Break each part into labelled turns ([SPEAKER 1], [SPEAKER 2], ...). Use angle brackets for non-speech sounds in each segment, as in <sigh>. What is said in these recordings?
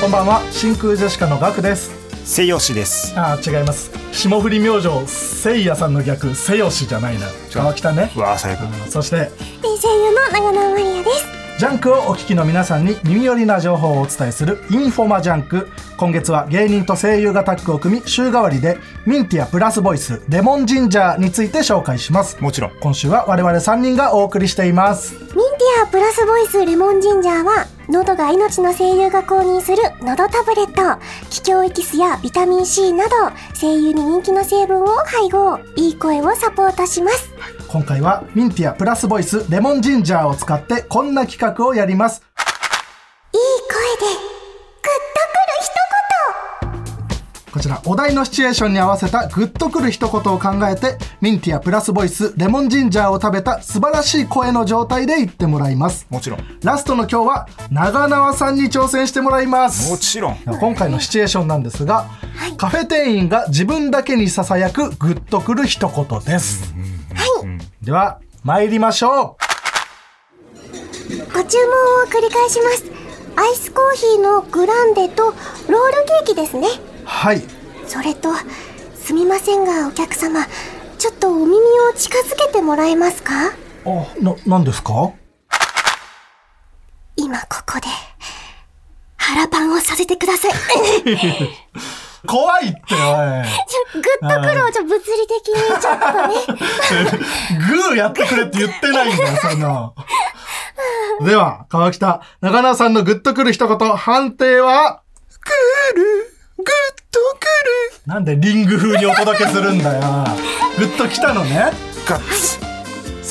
[SPEAKER 1] こんばんは真空ジェシカのガクです
[SPEAKER 2] せよしです
[SPEAKER 1] あー違います霜降り明星せいやさんの逆せよしじゃないな川北ね
[SPEAKER 2] うわあ最
[SPEAKER 1] あ
[SPEAKER 2] 悪
[SPEAKER 1] ーそして
[SPEAKER 3] 声優の長野マリアです
[SPEAKER 1] ジャンクをお聞きの皆さんに耳寄りな情報をお伝えするインフォマジャンク。今月は芸人と声優がタッグを組み、週替わりでミンティアプラスボイス、レモンジンジャーについて紹介します。
[SPEAKER 2] もちろん
[SPEAKER 1] 今週は我々3人がお送りしています。
[SPEAKER 3] ミンティアプラスボイスレモンジンジャーは喉が命の声優が公認する喉タブレット気胸エキスやビタミン C など声優に人気の成分を配合いい声をサポートします
[SPEAKER 1] 今回はミンティアプラスボイス、レモンジンジャーを使ってこんな企画をやります。
[SPEAKER 3] いい声でグッとくる
[SPEAKER 1] こちらお題のシチュエーションに合わせたグッとくる一言を考えてミンティアプラスボイスレモンジンジャーを食べた素晴らしい声の状態で言ってもらいます
[SPEAKER 2] もちろん
[SPEAKER 1] ラストの今日は長縄さんに挑戦してもらいます
[SPEAKER 2] もちろん
[SPEAKER 1] 今回のシチュエーションなんですが、カフェ店員が自分だけにささやくグッとくる一言です、では参りましょ
[SPEAKER 3] 一言ご注文を繰り返しますアイスコーヒーのグランデとロールケーキですね
[SPEAKER 1] うはい
[SPEAKER 3] それとすみませんがお客様ちょっとお耳を近づけてもらえますか
[SPEAKER 1] あな何ですか
[SPEAKER 3] 今ここで腹パンをさせてください。 <laughs> ちょ
[SPEAKER 1] 怖いってお
[SPEAKER 3] グッとくるをちょ物理的にちょっとね。
[SPEAKER 1] いグーやってくれって言ってないんだよそんなでは川北長縄さんのグッとくる一言判定は
[SPEAKER 2] グッとくる
[SPEAKER 1] なんでリング風にお届けするんだよグッときたのね
[SPEAKER 2] ガッツ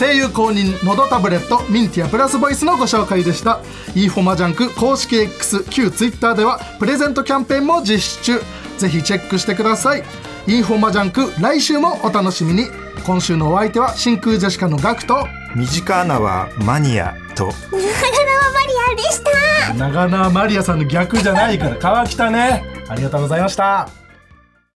[SPEAKER 1] 声優公認のどタブレットミンティアプラスボイスのご紹介でしたイーフォマジャンク公式 X 旧 Twitter ではプレゼントキャンペーンも実施中ぜひチェックしてくださいイーフォマジャンク来週もお楽しみに今週のお相手は真空ジェシカのガクと
[SPEAKER 2] 身近なはマニアと
[SPEAKER 3] 長 <laughs> 野マリアでした。
[SPEAKER 1] 長縄マリアさんの逆じゃないから川北ねありがとうございました